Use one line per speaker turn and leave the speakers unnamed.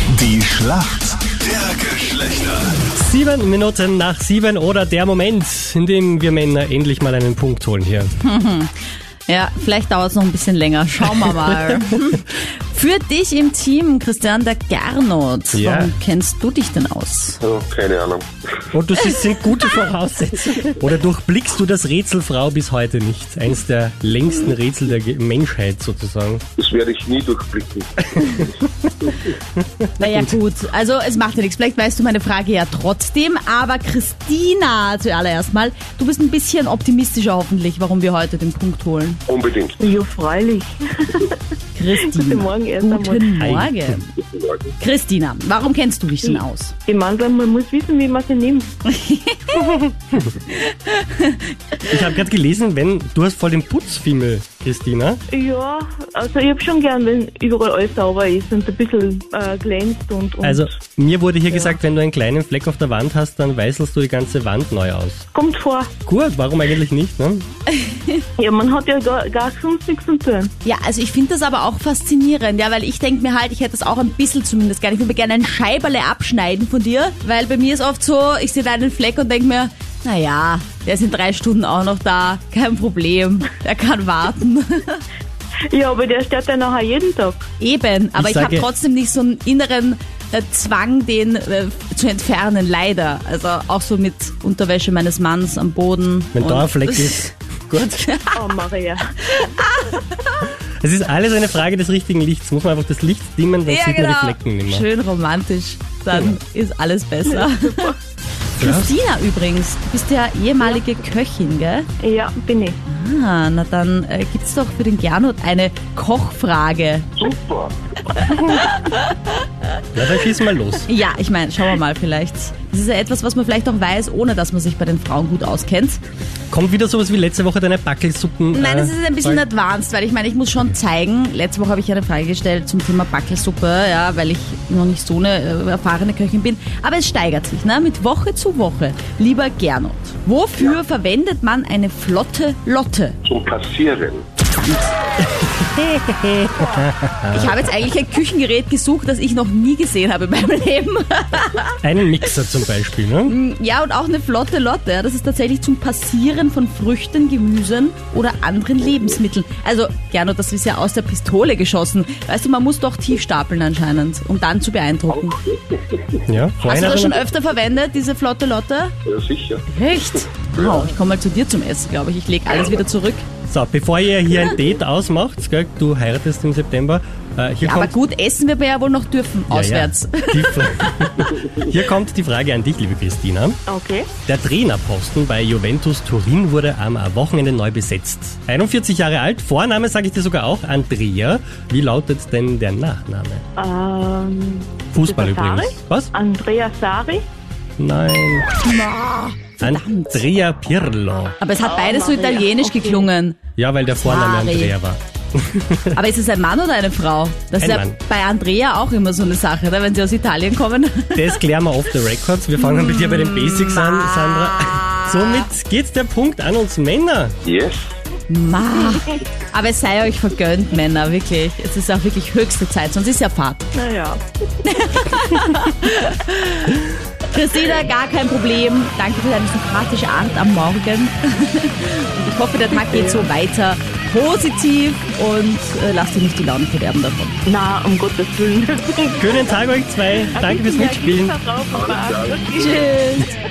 Die Schlacht der Geschlechter.
Sieben Minuten nach sieben oder der Moment, in dem wir Männer endlich mal einen Punkt holen hier.
Ja, vielleicht dauert es noch ein bisschen länger. Schauen wir mal. Für dich im Team, Christian der Gernot.
Ja.
Warum kennst du dich denn aus?
Oh, keine Ahnung.
Und das ist, sind gute Voraussetzungen. Oder durchblickst du das Rätsel Frau bis heute nicht? Eins der längsten Rätsel der Ge- Menschheit sozusagen.
Das werde ich nie durchblicken.
Naja, gut. Also, es macht ja nichts. Vielleicht weißt du meine Frage ja trotzdem. Aber Christina, zuallererst mal, du bist ein bisschen optimistischer hoffentlich, warum wir heute den Punkt holen.
Unbedingt.
Ja, freilich.
Hm.
Guten
Christina.
Morgen erst einmal.
Guten
Hi.
Morgen. Christina, warum kennst du dich denn aus?
Ich meine, man muss wissen, wie man sie nimmt.
Ich habe gerade gelesen, wenn du hast voll den Putzfimmel, Christina.
Ja, also ich habe schon gern, wenn überall alles sauber ist und ein bisschen äh, glänzt und, und
Also mir wurde hier gesagt, wenn du einen kleinen Fleck auf der Wand hast, dann weißelst du die ganze Wand neu aus.
kommt vor.
Gut, warum eigentlich nicht? Ne?
Ja, man hat ja gar, gar sonst nichts zu tun.
Ja, also ich finde das aber auch faszinierend, ja, weil ich denke mir halt, ich hätte das auch ein bisschen zumindest gerne. Ich würde mir gerne ein Scheiberle abschneiden von dir, weil bei mir ist oft so, ich sehe da einen Fleck und denke mir, naja, der ist in drei Stunden auch noch da, kein Problem, der kann warten.
Ja, aber der steht ja nachher jeden Tag.
Eben, aber
Ich
ich, habe
sage-
trotzdem nicht so einen inneren äh, Zwang, den äh, zu entfernen, leider. Also auch so mit Unterwäsche meines Manns am Boden.
Wenn
und-
da ein Fleck ist. Gut.
Oh, Maria.
Es ist alles eine Frage des richtigen Lichts. Muss man einfach das Licht dimmen, dann
Ja,
sieht man die
genau.
Flecken nicht mehr.
Schön romantisch. Dann ist alles besser. Christina übrigens, du bist ja ehemalige Köchin, gell?
Ja, bin ich.
Ah, na dann äh, gibt's doch für den Gernot eine Kochfrage.
Super.
Na, dann schieß mal los.
Ja, ich meine, schauen wir mal vielleicht. Das ist ja etwas, was man vielleicht auch weiß, ohne dass man sich bei den Frauen gut auskennt.
Kommt wieder sowas wie letzte Woche deine Backelsuppen.
Nein,
äh,
das ist ein bisschen
Frage.
advanced, weil ich meine, ich muss schon zeigen, letzte Woche habe ich eine Frage gestellt zum Thema Backelsuppe, ja, weil ich noch nicht so eine äh, erfahrene Köchin bin. Aber es steigert sich, ne? Mit Woche zu Woche. Lieber Gernot, wofür verwendet man eine flotte Lotte?
Zum Passieren.
Ich habe jetzt eigentlich ein Küchengerät gesucht, das ich noch nie gesehen habe in meinem Leben.
Einen Mixer zum Beispiel, ne?
Ja, und auch eine flotte Lotte. ja. Das ist tatsächlich zum Passieren von Früchten, Gemüsen oder anderen Lebensmitteln. Also, Gernot, das ist ja aus der Pistole geschossen. Weißt du, man muss doch tief stapeln anscheinend, um dann zu beeindrucken.
Ja,
Hast
vorhin
du das
hat
schon
man-
öfter verwendet, diese flotte Lotte?
Ja, sicher.
Echt? Wow, ich komme mal zu dir zum Essen, glaube ich. Ich lege alles wieder zurück.
So, bevor ihr hier ein Date ausmacht, gell, du heiratest im September. Äh, hier
Ja, aber
kommt
gut, essen wir ja wohl noch dürfen,
Ja, ja.
auswärts.
Die Fra- Hier kommt die Frage an dich, liebe Christina.
Okay.
Der Trainerposten bei Juventus Turin wurde am Wochenende neu besetzt. 41 Jahre alt, Vorname sage ich dir sogar auch, Andrea. Wie lautet denn der Nachname?
Ähm,
Fußball
Ist das
übrigens. Was?
Andrea Sari.
Nein. Andrea Pirlo.
Aber es hat beides so italienisch geklungen.
Ja, weil der Vorname
Sari.
Andrea war.
Aber ist es ein Mann oder eine Frau? Das
Ein
ist ja
Mann.
bei Andrea auch immer so eine Sache, ne, wenn sie aus Italien kommen.
Das klären wir off the records. Wir fangen mit dir bei den Basics an, Sandra. Somit geht der Punkt an uns Männer.
Yes.
Ma. Aber es sei euch vergönnt, Männer, wirklich. Es ist auch wirklich höchste Zeit, sonst ist ja Fahrt.
Naja.
Christina, gar kein Problem. Danke für deinen sympathischen Abend am Morgen. Ich hoffe, der Tag geht so weiter positiv und äh, lass dich nicht die Laune verderben davon.
Na, um Gottes Willen.
Schönen Tag euch zwei. Danke fürs Mitspielen.
Ja, ich bin da drauf, aber-
Tschüss.